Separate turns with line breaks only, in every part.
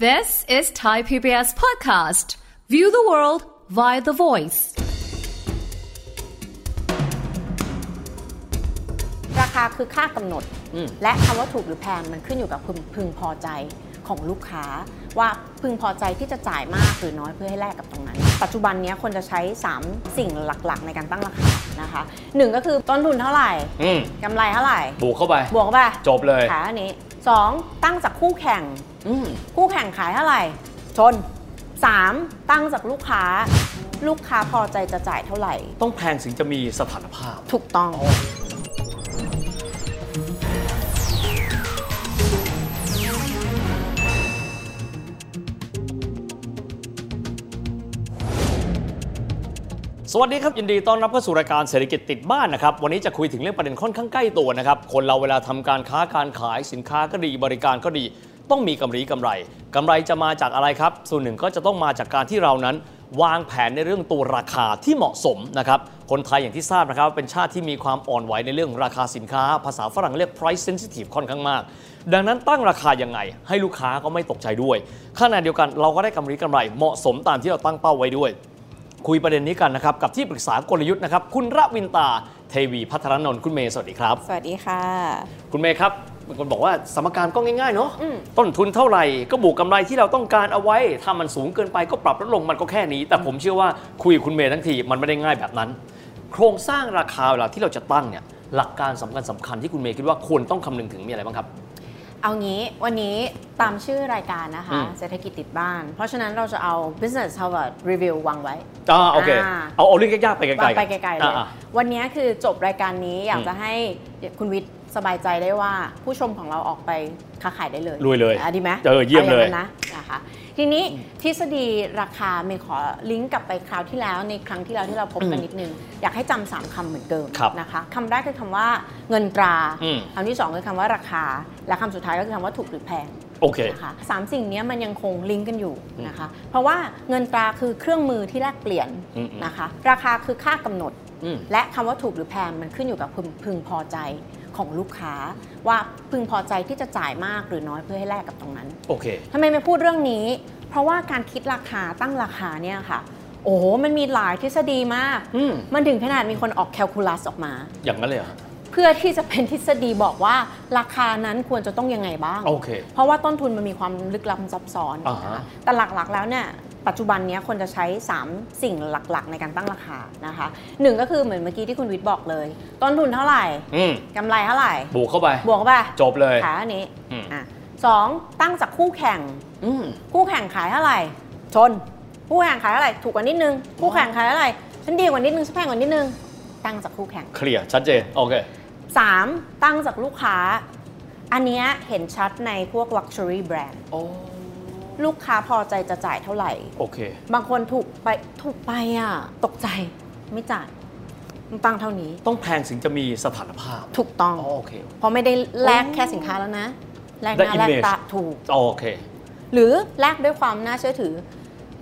This is Thai PBS Podcast. View the world via the voice.
ราคาคือค่ากำหนด และคำว่าถูกหรือแพงมันขึ้นอยู่กับพึงพึงพอใจของลูกค้า ว่าพึงพอใจที่จะจ่ายมากหรือน้อยเพื่อให้แลกกับตรงนั้น ปัจจุบันเนี้ยคนจะใช้ 3 สิ่งหลักๆ ในการตั้งราคานะคะหนึ่งก็คือต้นทุนเท่าไหร่
อืม
กำไรเท่าไหร่
บวกเข้าไป
บวกเข้าไป
จบเลย
ขาอันนี้สองตั้งจากคู่แข่ง
อืม
คู่แข่งขายเท่าไหร่ ชนสามตั้งจากลูกค้า ลูกค้าพอใจจะจ่ายเท่าไหร่
ต้องแพงถึงจะมีสถานภาพ
ถูกต้อง
สวัสดีครับ ยินดีต้อนรับเข้าสู่รายการเศรษฐกิจติดบ้านนะครับ วันนี้จะคุยถึงเรื่องประเด็นค่อนข้างใกล้ตัวนะครับ คนเราเวลาทำการค้าการขายสินค้าก็ดีบริการก็ดี ต้องมีกำไรกำไรกำไรจะมาจากอะไรครับ ส่วนหนึ่งก็จะต้องมาจากการที่เรานั้น วางแผนในเรื่องตัวราคาที่เหมาะสมนะครับ คนไทยอย่างที่ทราบนะครับ เป็นชาติที่มีความอ่อนไหวในเรื่องราคาสินค้า ภาษาฝรั่งเรียก price sensitive ค่อนข้างมาก ดังนั้นตั้งราคายังไง ให้ลูกค้าก็ไม่ตกใจด้วยขณะเดียวกันเราก็ได้กำไรกำไรเหมาะสมตามที่เราตั้งเป้าไว้ด้วย คุยประเด็นนี้กันนะครับ กับที่ปรึกษากลยุทธ์นะครับ คุณระวินตา เทวีพัฒรนนท์คุณเมย์สวัสดีครับ
สวัสดีค่ะ
คุณเมย์ครับบางคนบอกว่าสมการก็ง่ายๆเนาะต้นทุนเท่าไหร่ ก็บวกกำไรที่เราต้องการเอาไว้ ถ้ามันสูงเกินไปก็ปรับลดลงมันก็แค่นี้ แต่ผมเชื่อว่าคุยกับคุณเมย์ทั้งทีมันไม่ได้ง่ายแบบนั้น โครงสร้างราคาเวลาที่เราจะตั้งเนี่ยหลักการสำคัญสำคัญๆที่คุณเมย์คิดว่าควรต้องคำนึงถึงมีอะไรบ้างครับ
เอางี้วันนี้ตามชื่อรายการนะคะ
อืม
เศรษฐกิจติดบ้าน เพราะฉะนั้นเราจะเอา business Harvard review วางไว้
อ่าโอเค
อ่า
เอาเอาเรื่องยากๆไปไกลๆ
วาง
อน
ไปไกลๆเลย
อ่า
วันนี้คือจบรายการนี้อยาก
อืม
จะให้คุณวิทย์สบายใจได้ว่าผู้ชมของเราออกไปค้าขายได้เลย
รวยเลย
อ่ะดีไหม
เออเยี่ยมเลย
อาางนั้นนะนะคะ ทีนี้ทฤษฎีราคาเมย์ขอลิงก์กลับไปคราวที่แล้วในครั้งที่แล้วที่เราพบกันนิดนึง อยากให้จำสามคำเหมือนเดิม
ครับ
นะคะคำแรกคือคำว่าเงินตรา
อืม
คำที่สองคือคำว่าราคา และคำสุดท้ายก็คือคำว่าถูกหรือแพง
ๆโอเค
นะคะสามสิ่งเนี้ยมันยังคงลิงก์กันอยู่นะคะ เพราะว่าเงินตราคือเครื่องมือที่แลกเปลี่ยน
อืมๆ
นะคะ ราคาคือค่ากำหนด
อืม
และคำว่าถูกหรือแพงมันขึ้นอยู่กับพึงพึงพอใจของลูกค้า ว่าพึงพอใจที่จะจ่ายมากหรือน้อยเพื่อให้แลกกับตรงนั้น
โอเค
ทำไมไม่พูดเรื่องนี้ เพราะว่าการคิดราคาตั้งราคาเนี่ยค่ะ โอ้โหมันมีหลายทฤษฎีมาก
อืม
มันถึงขนาดมีคนออกแคลคูลัสออกมา
อย่างนั้นเลยเหรอ
เพื่อที่จะเป็นทฤษฎีบอกว่าราคานั้นควรจะต้องยังไงบ้าง
โอเค
เพราะว่าต้นทุนมันมีความลึกลับซับซ้อน
อ่า
นะคะ
ฮะ
แต่หลักๆ แล้วเนี่ย ปัจจุบันเนี้ยคนจะใช้ 3 สิ่งหลักๆ ในการตั้งราคานะคะหนึ่งก็คือเหมือนเมื่อกี้ที่คุณวิทย์บอกเลย ต้นทุนเท่าไหร่
อืม
กำไรเท่าไหร่
บวกเข้าไป
บวกเข้าไป
จบเลย
ขายอันนี้
อืม
อ่ะสองตั้งจากคู่แข่ง
อืม
คู่แข่งขายเท่าไหร่ ชน คู่แข่งขายเท่าไหร่ถูกกว่านิดนึง คู่แข่งขายเท่าไหร่ฉันดีกว่านิดนึงฉันแพงกว่านิดนึง ตั้งจากคู่แข่ง
เคลียร์ชัดเจน โอเค
สามตั้งจากลูกค้า อันเนี้ยเห็นชัดในพวก Luxury Brand
โอ้
ลูกค้าพอใจจะจ่ายเท่าไหร่
โอเค
บางคนถูกไปถูกไปอ่ะ ตกใจไม่จ่ายมันตั้งเท่านี้
ต้องแพงถึงจะมีสถานภาพ
ถูกต้อง
โอเค
เพราะไม่ได้แลกแค่สินค้าแล้วนะ แลกห
ได้
น้าแลก
image
ตาถูก
โอเค
หรือแลกด้วยความน่าเชื่อถือ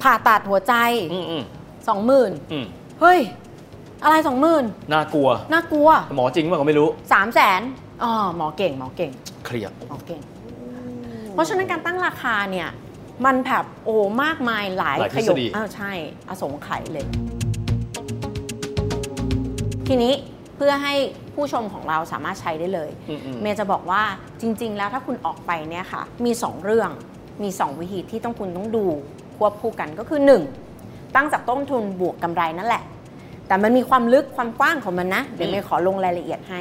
ผ่าตัดหัวใจ
อืมอืม
สองหมื่น
อืม
เฮ้ย อะไรสองหมื่น
น่ากลัว
น่ากลัว
หมอจริงป่ะก็ไม่รู้
สามแสนอ๋อหมอเก่งหมอเก่ง
เคลียร์
หมอเก่ง เพราะฉะนั้นการตั้งราคาเนี่ย มันแบบโอ้มากมายหลาย
หลาย
ข
ทฤ
ย
ษ
ง
ฎี
อ้าวใช่ อสงไขยเลย ทีนี้เพื่อให้ผู้ชมของเราสามารถใช้ได้เลย
อืมอืม
เมย์จะบอกว่าจริง ๆ แล้วถ้าคุณออกไปเนี่ยค่ะ มี 2 เรื่องมี 2 วิธีที่ต้องคุณต้องดูควบคู่กันก็คือ 1 ตั้งจากต้นทุนบวกกำไรนั่นแหละ แต่มันมีความลึกความกว้างของมันนะ เดี๋ยวเมย์ขอลงรายละเอียดให้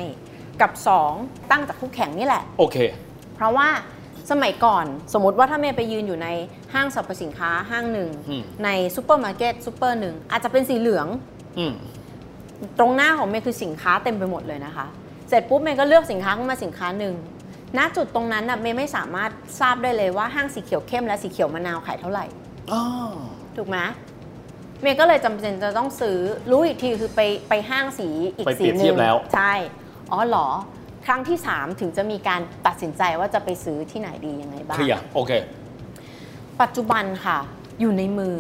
กับ 2 ตั้งจากคู่แข่งนี่แหละ
โอเค
เพราะว่าสมัยก่อนสมมติว่าถ้าเมย์ไปยืนอยู่ในห้างสรรพสินค้าห้างหนึ่ง
อืม
ในซูเปอร์มาร์เก็ตซูเปอร์หนึ่งอาจจะเป็นสีเหลือง
อืม
ตรงหน้าของเมย์คือสินค้าเต็มไปหมดเลยนะคะ เสร็จปุ๊บเมย์ก็เลือกสินค้าขึ้นมาสินค้าหนึ่งณจุดตรงนั้นน่ะเมย์ไม่สามารถทราบได้เลยว่าห้างสีเขียวเข้มและสีเขียวมะนาวขายเท่าไหร่
อ๋อ
ถูกไหมเมย์ก็เลยจำเป็นจะต้องซื้อรู้อีกทีคือไปไปห้างสีอีก
ไป
สี
เปรียบ
ห
เที
นึ่
ย
ง
บแล้ว
ใช่ อ๋อเหรอ ครั้งที่ 3 ถึงจะมีการตัดสินใจว่าจะไปซื้อที่ไหนดียังไงบ้า
เค
ง
ลียร์ โอเค
ปัจจุบันค่ะ อยู่ในมือ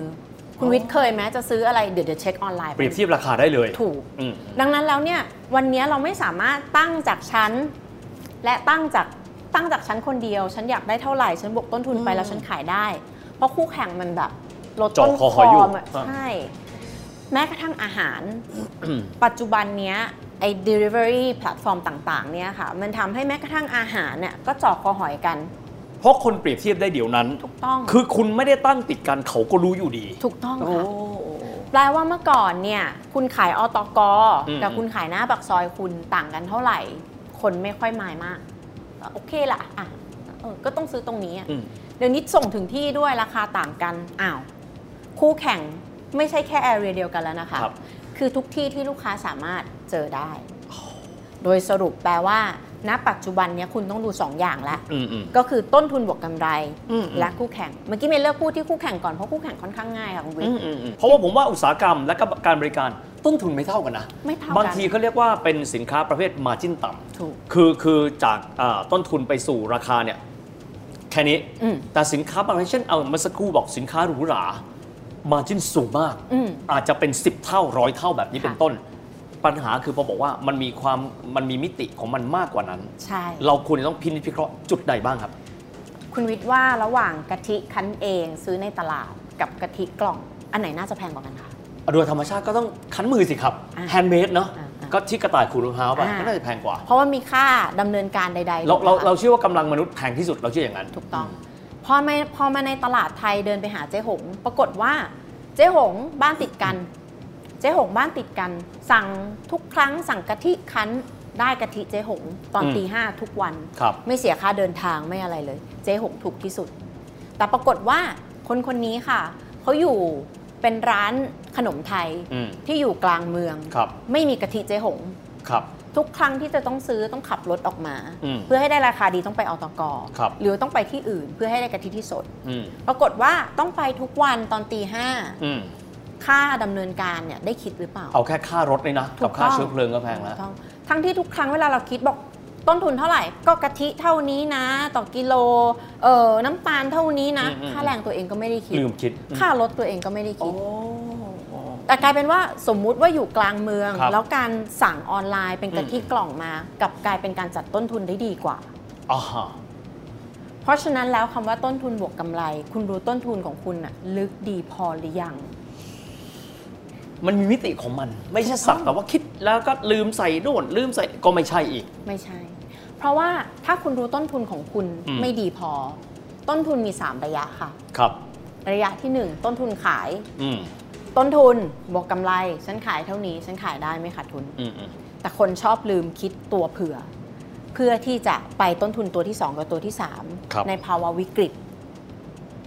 คุณวิทย์เคยไหมจะซื้ออะไรเดี๋ยวเดี๋ยวเช็คออนไลน์
เปรียบเทียบราคาได้เลย
ถูก
อืม
ดังนั้นแล้วเนี่ยวันนี้เราไม่สามารถตั้งจากชั้น และตั้งจาก ตั้งจากฉันคนเดียว ฉันอยากได้เท่าไหร่ ฉันบวกต้นทุนไปแล้วฉันขายได้ เพราะคู่แข่งมันแบบลดต้น
เจาะคอหอยอยู่
มา
อ่ะ
ใช่ แม้กระทั่งอาหาร ปัจจุบันเนี้ยไอ้ delivery แพลตฟอร์มต่างๆเนี่ยค่ะ มันทำให้แม้กระทั่งอาหารเนี่ยก็เจาะคอหอยกัน
เพราะคนเปรียบเทียบได้เดี๋ยวนั้น
ถูกต้อง
คือคุณไม่ได้ตั้งติดกันเขาก็รู้อยู่ดี
ถูกต้องค่ะ แปลว่าเมื่อก่อนเนี่ย คุณขายอตก
อืม
กับคุณขายหน้าปากซอยคุณต่างกันเท่าไหร่ คนไม่ค่อยมายมากก็โอเคละอ่ะเออก็ต้องซื้อตรงนี้อะ
อืม
เดี๋ยวนี้ส่งถึงที่ด้วยราคาต่างกันอ้าว คู่แข่งไม่ใช่แค่แอเรียเดียวกันแล้วนะคะ
ครับ
คือทุกที่ที่ลูกค้าสามารถเจอได้ โดยสรุปแปลว่า ณ ปัจจุบันเนี้ยคุณต้องดูสองอย่างละ
อืมอืม
ก็คือต้นทุนบวกกำไร
อืม
และคู่แข่ง เมื่อกี้เมย์เลือกพูดที่คู่แข่งก่อนเพราะคู่แข่งค่อนข้างง่ายค่ะคุณวิท
อื
ย์
มอืมอืมเพราะว่าผมว่าอุตสาหกรรมและก็การบริการต้นทุนไม่เท่ากันนะ
ไม่เท่ากัน
บางทีเขาเรียกว่าเป็นสินค้าประเภทมาจิ้นต่ำ
ถูก
คือคือจากอ่าต้นทุนไปสู่ราคาเนี่ยแค่นี้
อืม
แต่สินค้าบางเช่นเอาเมาสักครู่บอกสินค้าหรูหรามาจิ้นสูงมาก
อืม
อาจจะเป็น 10 เท่าร้อยเท่าแบบนี้เป็น
ค่ะ
ต้น ปัญหาคือพอบอกว่ามันมีความมันมีมิติของมันมากกว่านั้น
ใช่
เราควรจะต้องพินิจพิเคราะห์จุดใดบ้างครับ
คุณวิทย์ว่าระหว่างกะทิคั้นเองซื้อในตลาดกับกะทิกล่อง อันไหนน่าจะแพงกว่ากันคะ
โดยธรรมชาติก็ต้องคั้นมือสิครับ
อ่า
แฮนด์เมดเนาะ
อ่าอ่า
ก็ที่กระต่ายขูดมะพร้าวไป
อ่า
ก็น่าจะแพงกว่า
เพราะว่ามีค่าดำเนินการใดๆ
เราเรา
ถูกไหมคะ
เราเชื่อว่ากำลังมนุษย์แพงที่สุดเราเชื่ออย่างนั้น
ถูกต้อง พอไม่พอมาในตลาดไทยเดินไปหาเจ๊หง ปรากฏว่าเจ๊หงบ้านติดกัน เจ๊หงบ้านติดกัน สั่งทุกครั้งสั่งกะทิคั้นได้กะทิเจ๊หง ตอน
อืม
ตีห้าทุกวัน
ครับ
ไม่เสียค่าเดินทางไม่อะไรเลย เจ๊หงถูกที่สุด แต่ปรากฏว่าคนคนนี้ค่ะ เขาอยู่เป็นร้านขนมไทย
อืม
ที่อยู่กลางเมือง
ครับ
ไม่มีกะทิเจ๊หง
ครับ
ทุกครั้งที่จะต้องซื้อต้องขับรถออกมา
อืม
เพื่อให้ได้ราคาดีต้องไปออตก
ครับ
หรือต้องไปที่อื่น เพื่อให้ได้กะทิที่สด
อืม
ปรากฏว่าต้องไปทุกวันตอนตีห้า
อืม
ค่าดำเนินการเนี่ยได้คิดหรือเปล่า
เอาแค่ค่ารถเลยนะ
ถู
กับ
กต้
ค่า
อง
เชื้อเพลิงก็แพงแล้ว
ถูกต้องทั้งที่ทุกครั้งเวลาเราคิดบอกต้นทุนเท่าไหร่ ก็กะทิเท่านี้นะ ต่อกิโลเอ่อน้ำตาลเท่านี้นะ
อืมอืม
ค่าแรงตัวเองก็ไม่ได้คิด
ลืมคิด
ค่ารถตัวเองก็ไม่ได้
โอ้
คิด แต่กลายเป็นว่าสมมุติว่าอยู่กลางเมือง
ครับ
แล้วการสั่งออนไลน์เป็นกะทิ
อืม
กล่องมากลับกลายเป็นการจัดต้นทุนได้ดีกว่า
อ่าฮะ
เพราะฉะนั้นแล้วคำว่าต้นทุนบวกกำไร คุณรู้ต้นทุนของคุณอะลึกดีพอหรือยัง
มันมีมิติของมัน ไม่ใช่สักแต่ว่าคิดแล้วก็ลืมใส่โน่นลืมใส่ก็ไม่ใช่อีก
ไม่ใช่ เพราะว่าถ้าคุณรู้ต้นทุนของคุณ
อืม
ไม่ดีพอ ต้นทุนมี 3 ระยะค่ะ
ครับ
ระยะที่ 1 ต้นทุนขาย
อืม
ต้นทุนบวกกำไร ฉันขายเท่านี้ ฉันขายได้ไม่ขาดทุน
อืมอืม
แต่คนชอบลืมคิดตัวเผื่อ เพื่อที่จะไปต้นทุนตัวที่ 2 กับตัวที่ 3 ในภาวะวิกฤต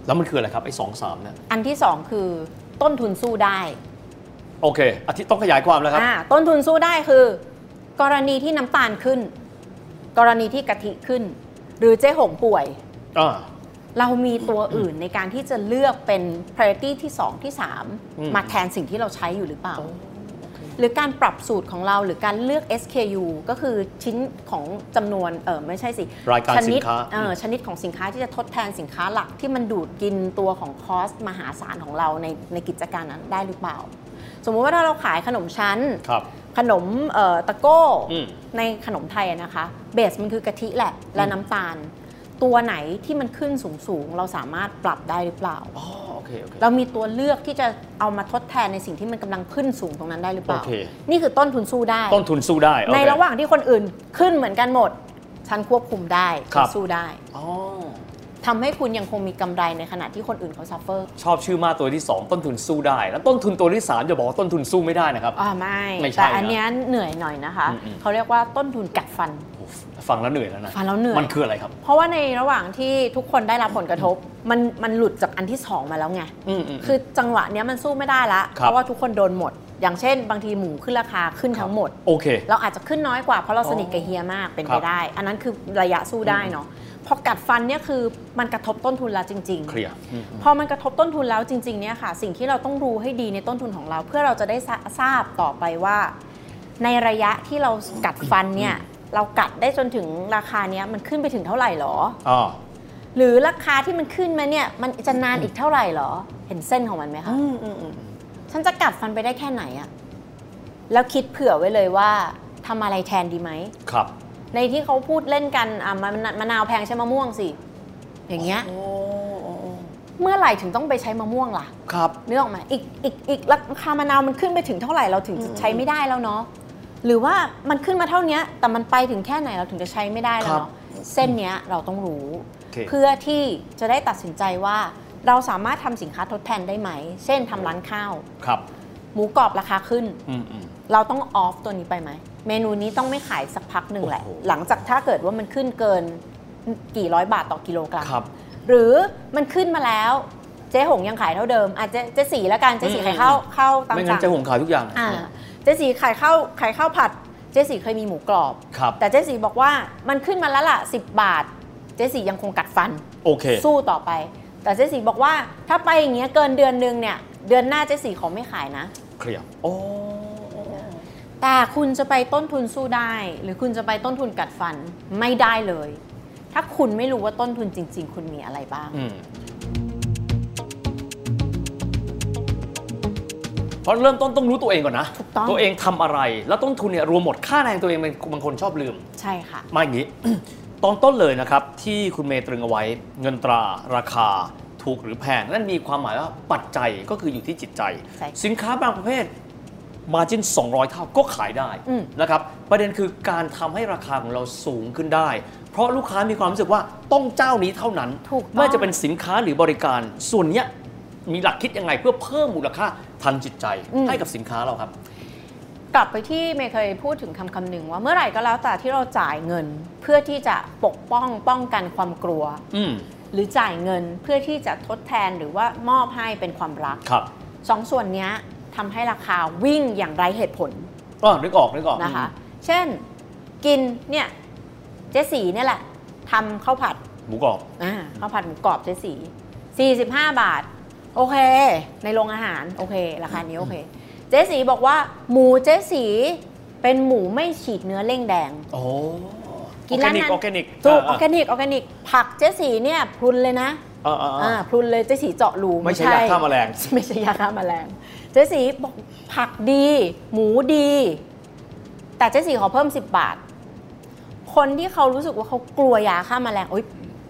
แล้วมันคืออะไรครับ ไอ้สองสามเนี่ย
อันที่ 2 คือต้นทุนสู้ได้
โอเคอาทิตย์ต้องขยายความแล้วครับ
อ่าต้นทุนสู้ได้คือ กรณีที่น้ำตาลขึ้น กรณีที่กะทิขึ้น หรือเจ๊หงป่วย
อ่า
เรามีตัวอื่นในการที่จะเลือกเป็น priority ที่ 2 ที่
อืม
3 มาแทนสิ่งที่เราใช้อยู่หรือเปล่า
โอ้
หรือการปรับสูตรของเราหรือการเลือก SKU ก็คือชิ้นของจำนวนเออไม่ใช่สิ
รายการ
ช
สิ
นิด
นค้า
เออชนิดของสินค้าที่จะทดแทนสินค้าหลักที่มันดูดกินตัวของคอสมหาศาลของเราในในกิจการนั้นได้หรือเปล่า สมมุติว่าถ้าเราขายขนมชั้น
ครับ
ขนมเอ่อตะโก้
อืม
ในขนมไทยอะนะคะ เบสมันคือกะทิแหละ และ
อืม
น้ำตาล ตัวไหนที่มันขึ้นสูงสูงๆเราสามารถปรับได้หรือเปล่า
อ๋อโอเคโอเค
เรามีตัวเลือกที่จะเอามาทดแทนในสิ่งที่มันกำลังขึ้นสูงตรงนั้นได้หรือเปล่า
โอเค
นี่คือต้นทุนสู้ได้
ต้นทุนสู้ได้โอเค
ในระหว่างที่คนอื่นขึ้นเหมือนกันหมด ฉันควบคุมได้
ครับ
ฉันสู้ได้
อ๋อ
ทำให้คุณยังคงมีกำไรในขณะที่คนอื่นเขาซัฟเฟอร์
ชอบชื่อมากตัวที่สองต้นทุนสู้ได้ แล้วต้นทุนตัวที่สามจะบอกว่าต้นทุนสู้ไม่ได้นะครับ
อ่าไม่
ไม่ใช่
แต่
นะ
อันเนี้ยเหนื่อยหน่อยนะคะ
อืมอืม
เขาเรียกว่าต้นทุนกัดฟัน
โอ้ฟังแล้วเหนื่อยแล้วนะ
ฟังแล้วเหนื่อย
มันคืออะไรครับ
เพราะว่าในระหว่างที่ทุกคนได้รับผลกระทบ มันมันหลุดจากอันที่สองมาแล้วไง
อืมอืม
คือจังหวะเนี้ยมันสู้ไม่ได้ละ
ค
เพ
รับ
ราะว่าทุกคนโดนหมด อย่างเช่น บางทีหมูขึ้นราคาขึ้นทั้งหมด
โอเค
เราอาจจะขึ้นน้อยกว่าเพราะเรา
อ๋อ
สนิทกับเฮียมากเป็น
ครั
ไป
บ
ได้ อันนั้นคือระยะสู้ได้
อืม
เนาะ พอกัดฟันเนี่ยคือมันกระทบต้นทุนแล้วจริง
เคลียร์อืม
ๆ พอมันกระทบต้นทุนแล้วจริง ๆ เนี่ยค่ะ สิ่งที่เราต้องรู้ให้ดีในต้นทุนของเรา เพื่อเราจะได้ทราทราบต่อไปว่า ในระยะที่เรากัดฟันเนี่ยเรากัดได้จนถึงราคาเนี้ยมันขึ้นไปถึงเท่าไหร่หรอ
อ่า
หรือราคาที่มันขึ้นมาเนี่ยมันจะนานอีกเท่าไหร่เหรอ เห็นเส้นของมันไหมคะ
อืมอืมอืม
ฉันจะกัดฟันไปได้แค่ไหนอะแล้วคิดเผื่อไว้เลยว่าทำอะไรแทนดีไหม
ครับ
ในที่เขาพูดเล่นกันอ่ะมะมะนาวแพงใช้มะม่วงสิ อย่างเงี้ย
โอ้
เมื่อไหร่ถึงต้องไปใช้มะม่วงล่ะ
ครับ
นึกออกไหมอีกอีกอีกราคามะนาวมันขึ้นไปถึงเท่าไหร่เราถึงจะใช้ไม่ได้แล้วเนาะหรือว่ามันขึ้นมาเท่าเนี้ยแต่มันไปถึงแค่ไหนเราถึงจะใช้ไม่ได้แล้ว
ครับ
เนาะเส้นเนี้ยเราต้องรู้
อเค
เพื่อที่จะได้ตัดสินใจว่าเราสามารถทำสินค้าทดแทนได้ไหม เช่นทำร้านข้าว
ครับ
หมูกรอบราคาขึ้น
อืมอืม
เราต้องออฟตัวนี้ไปไหม เมนูนี้ต้องไม่ขายสักพักหนึ่งแหละ
โอ้โห
หลังจากถ้าเกิดว่ามันขึ้นเกินกี่ร้อยบาทต่อกิโลกรัม
ครับ
หรือมันขึ้นมาแล้วเจ๊หงยังขายเท่าเดิมอาจจะเจ๊สีแล้วกันเจ๊สีขายข้าวข้าวตาม
ไม่งั้
สั่
น
ง
จะหงขาวทุกอย่าง
อ่าเจ๊สีขายข้าวขายข้าวผัด เจ๊สีเคยมีหมูกรอบ
ครับ
แต่เจ๊สีบอกว่ามันขึ้นมาแล้วล่ะ 10 บาท เจ๊สียังคงกัดฟัน
โอเค
สู้ต่อไป แต่เจ๊สีบอกว่าถ้าไปอย่างเงี้ยเกินเดือนนึงเนี่ยเดือนหน้าเจ๊สีขอไม่ขายนะ
เคลียร์โอ้
แต่คุณจะไปต้นทุนสู้ได้ หรือคุณจะไปต้นทุนกัดฟันไม่ได้เลย ถ้าคุณไม่รู้ว่าต้นทุนจริง ๆ คุณมีอะไรบ้าง
อืมเพราะเริ่มต้นต้องรู้ตัวเองก่อนนะ
ถูกต้อง
ตัวเองทำอะไร แล้วต้นทุนเนี่ยรวมหมดค่าแรงตัวเองเป็นบางคนชอบลืม
ใช่ค่ะ
มาอย่างนี้ ตอนต้นเลยนะครับ ที่คุณเมย์ตรึงเอาไว้ เงินตราราคา ถูกหรือแพง นั่นมีความหมายว่าปัจจัยก็คืออยู่ที่จิตใจ
ใช่ค่ะ
สินค้าบางประเภทมาจิน200 เท่าก็ขายได้
อืม
นะครับ ประเด็นคือการทำให้ราคาของเราสูงขึ้นได้ เพราะลูกค้ามีความรู้สึกว่าต้องเจ้านี้เท่านั้น
ถูกต้อง
ไม่ว่าจะเป็นสินค้าหรือบริการ ส่วนเนี้ยมีหลักคิดยังไงเพื่อเพิ่มมูลค่าทางจิตใจ ให้กับสินค้าเราครับ
กลับไปที่เมย์เคยพูดถึงคำคำหนึ่งว่าเมื่อไหร่ก็แล้วแต่ที่เราจ่ายเงิน เพื่อที่จะปกป้องป้องกันความกลัว
อืม
หรือจ่ายเงินเพื่อที่จะทดแทนหรือว่ามอบให้เป็นความรัก
ครับ
สองส่วนเนี้ยทำให้ราคาวิ่งอย่างไร้เหตุผล
อ๋อนึกออกนึกออก
นะคะ เช่นกินเนี่ยเจสีเนี่ยแหละทำข้าวผัด
หมูกรอบ
อ่าข้าวผัดหมูกรอบเจสี45 บาท โอเค ในโรงอาหารโอเค ราคานี้โอเค เจสีบอกว่าหมูเจสีเป็นหมูไม่ฉีดเนื้อเล่งแดง
โอ้
กินร้านนั้น
ออร์แกนิก
ถูกอ
อ
อ
อ
ร์
ร์
แก
แกนิก
นิกออร์แกนิก ผักเจ๊สีเนี่ยพรุนเลยนะ
อ่าอ่าอ่า
อ่าพรุนเลยเจ๊สีเจาะรู
ไม่ใช่ยาฆ่าแมลง
ไม่ใช่ยาฆ่าแมลงเจ๊สีบอกผักดี หมูดี แต่เจ๊สีขอเพิ่ม 10 บาท คนที่เขารู้สึกว่าเขากลัวยาฆ่าแมลงโอ๊ย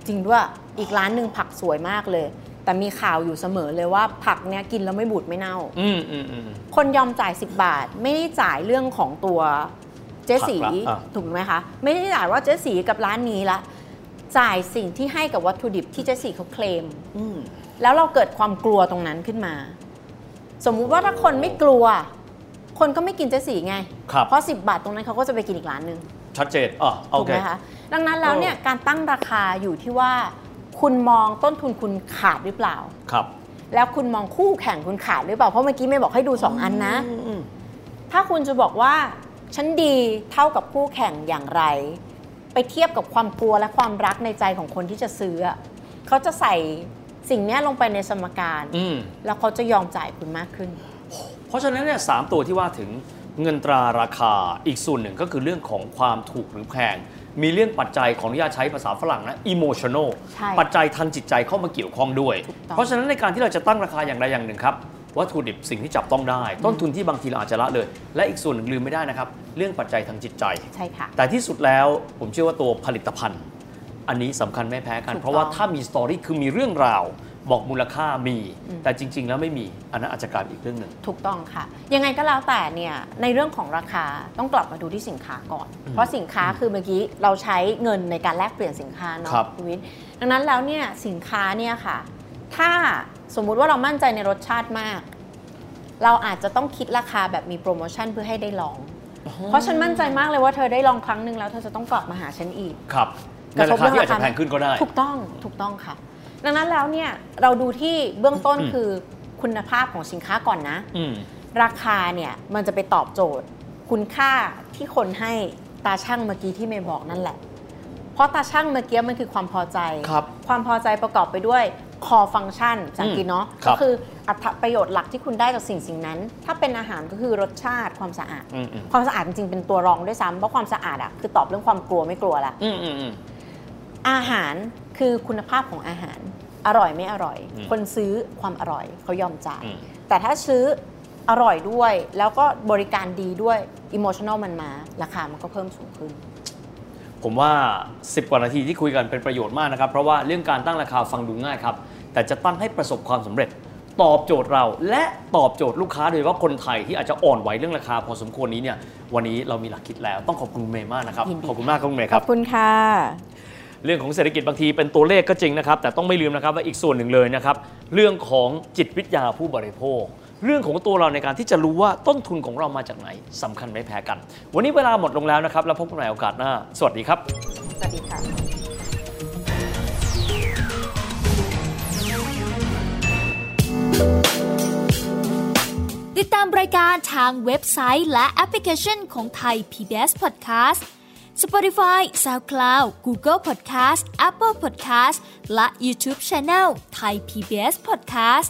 จริงด้วยอีกร้านหนึ่งผักสวยมากเลย แต่มีข่าวอยู่เสมอเลยว่าผักเนี่ยกินแล้วไม่บูดไม่เน่า
อืมอืมอืม
คนยอมจ่าย 10 บาท ไม่ได้จ่ายเรื่องของตัวเจ๊สี
ผักละอ่ะ
ถูกไหมคะ ไม่ได้จ่ายว่าเจ๊สีกับร้านนี้ละจ่ายสิ่งที่ให้กับวัตถุดิบที่เจ๊สีเขาเคลม
อืม
แล้วเราเกิดความกลัวตรงนั้นขึ้นมา สมมุติว่าถ้าคนไม่กลัว คนก็ไม่กินเจ๊สีไง
ครับ
เพราะ 10 บาทตรงนั้นเขาก็จะไปกินอีกร้านหนึ่ง
ชัดเจนอ่ะโอ
ถูก
เค
ไหมคะดังนั้นแล้วเนี่ยการตั้งราคาอยู่ที่ว่า คุณมองต้นทุนคุณขาดหรือเปล่า
ครับ
แล้วคุณมองคู่แข่งคุณขาดหรือเปล่าเพราะเมื่อกี้ไม่บอกให้ดูสองอันนะ
อืม
ถ้าคุณจะบอกว่า ฉันดีเท่ากับคู่แข่งอย่างไร ไปเทียบกับความกลัวและความรักในใจของคนที่จะซื้ออะเขาจะใส่สิ่งเนี้ยลงไปในสมการ
อืม
แล้วเขาจะยอมจ่ายคุณมากขึ้น
เพราะฉะนั้นเนี่ยสามตัวที่ว่าถึงเงินตราราคาอีกส่วนหนึ่งก็คือเรื่องของความถูกหรือแพง มีเรื่องปัจจัยของอนุญาตใช้ภาษาฝรั่งนะ emotional
ใช่
ปัจจัยทางจิตใจเข้ามาเกี่ยวข้องด้วย
ถูกต้อง
เพราะฉะนั้นในการที่เราจะตั้งราคาอย่างใดอย่างหนึ่งครับ วัตถุดิบสิ่งที่จับต้องได้ ต้นทุนที่บางทีเราอาจจะละเลย และอีกส่วนหนึ่งลืมไม่ได้นะครับ เรื่องปัจจัยทางจิตใจ
ใช่ค่ะ
แต่ที่สุดแล้วผมเชื่อว่าตัวผลิตภัณฑ์ อันนี้สำคัญไม่แพ้กัน
ถูกต้อง
เพราะว่าถ้ามีสตอรี่คือมีเรื่องราว บอกมูลค่ามี แต่จริง ๆ แล้วไม่มี อันนั้นอาจจะกลายเป็นอีกเรื่องหนึ่ง
ถูกต้องค่ะ ยังไงก็แล้วแต่เนี่ยในเรื่องของราคาต้องกลับมาดูที่สินค้าก่อน เพราะสินค้าคือเมื่อกี้เราใช้เงินในการแลกเปลี่ยนสินค้าเนาะ
ครับ
ณวิทย์ดังนั้นแล้วเนี่ยสินค้าเนี่ยค่ะ ถ้าสมมุติว่าเรามั่นใจในรสชาติมาก เราอาจจะต้องคิดราคาแบบมีโปรโมชั่นเพื่อให้ได้ลอง เพราะฉันมั่นใจมากเลยว่าเธอได้ลองครั้งหนึ่งแล้วเธอจะต้องกลับมาหาฉันอีก
ครับในราคาที่อาจจะแพงขึ้นก็ได้
ถูกต้อง ถูกต้องค่ะ ดังนั้นแล้วเนี่ยเราดูที่เบื้องต้น
อืม
คือคุณภาพของสินค้าก่อนนะ
อืม
ราคาเนี่ยมันจะไปตอบโจทย์ คุณค่าที่คนให้ตาช่างเมื่อกี้ที่เมย์บอกนั่นแหละ เพราะตาช่างเมื่อกี้มันคือความพอใจ
ครับ
ความพอใจประกอบไปด้วยคอฟัง c t ชันจากกินเนาะ
ครั
ก็
บ
คืออัตประโยชน์หลักที่คุณได้จากสิ่งสิ่งนั้น ถ้าเป็นอาหารก็คือรสชาติความสะอาด
อืมอืม
ความสะอาดจริงๆเป็นตัวรองด้วยซ้ำเพราะความสะอาดอะคือตอบเรื่องความกลัวไม่กลัวละ
อืมอืมอืม
อาหารคือคุณภาพของอาหาร อร่อยไม่อร่อย
อืม
คนซื้อความอร่อยเขายอมจ่าย
อืม
แต่ถ้าซื้ออร่อยด้วย แล้วก็บริการดีด้วยอิโมชัน a ลมันมา ราคามันก็เพิ่มสูงขึ้น
ผมว่า 10 กว่านาทีที่คุยกันเป็นประโยชน์มากนะครับ เพราะว่าเรื่องการตั้งราคาฟังดูง่ายครับ แต่จะตั้งให้ประสบความสำเร็จ ตอบโจทย์เรา และตอบโจทย์ลูกค้าโดยเฉพาะคนไทยที่อาจจะอ่อนไหวเรื่องราคาพอสมควรนี้เนี่ยวันนี้เรามีหลักคิดแล้วต้องขอบคุณคุณเมย์มากนะครับ
ยินดี
ขอบคุณมากครับคุณเมย์
ข
ครั
อบ บคุณค่ะ
เรื่องของเศรษฐกิจบางทีเป็นตัวเลขก็จริงนะครับ แต่ต้องไม่ลืมนะครับว่าอีกส่วนหนึ่งเลยนะครับ เรื่องของจิตวิทยาผู้บริโภค เรื่องของตัวเราในการที่จะรู้ว่าต้นทุนของเรามาจากไหนสำคัญไม่แพ้กัน วันนี้เวลาหมดลงแล้วนะครับ แล้วพบกันใหม่โอกาสหน้า สวัสดีครับ
สวัสดีค่ะ
ติดตามรายการทางเว็บไซต์และแอปพลิเคชันของไทย PBS Podcast Spotify SoundCloud Google Podcast Apple Podcast และ YouTube Channel ไทย PBS Podcast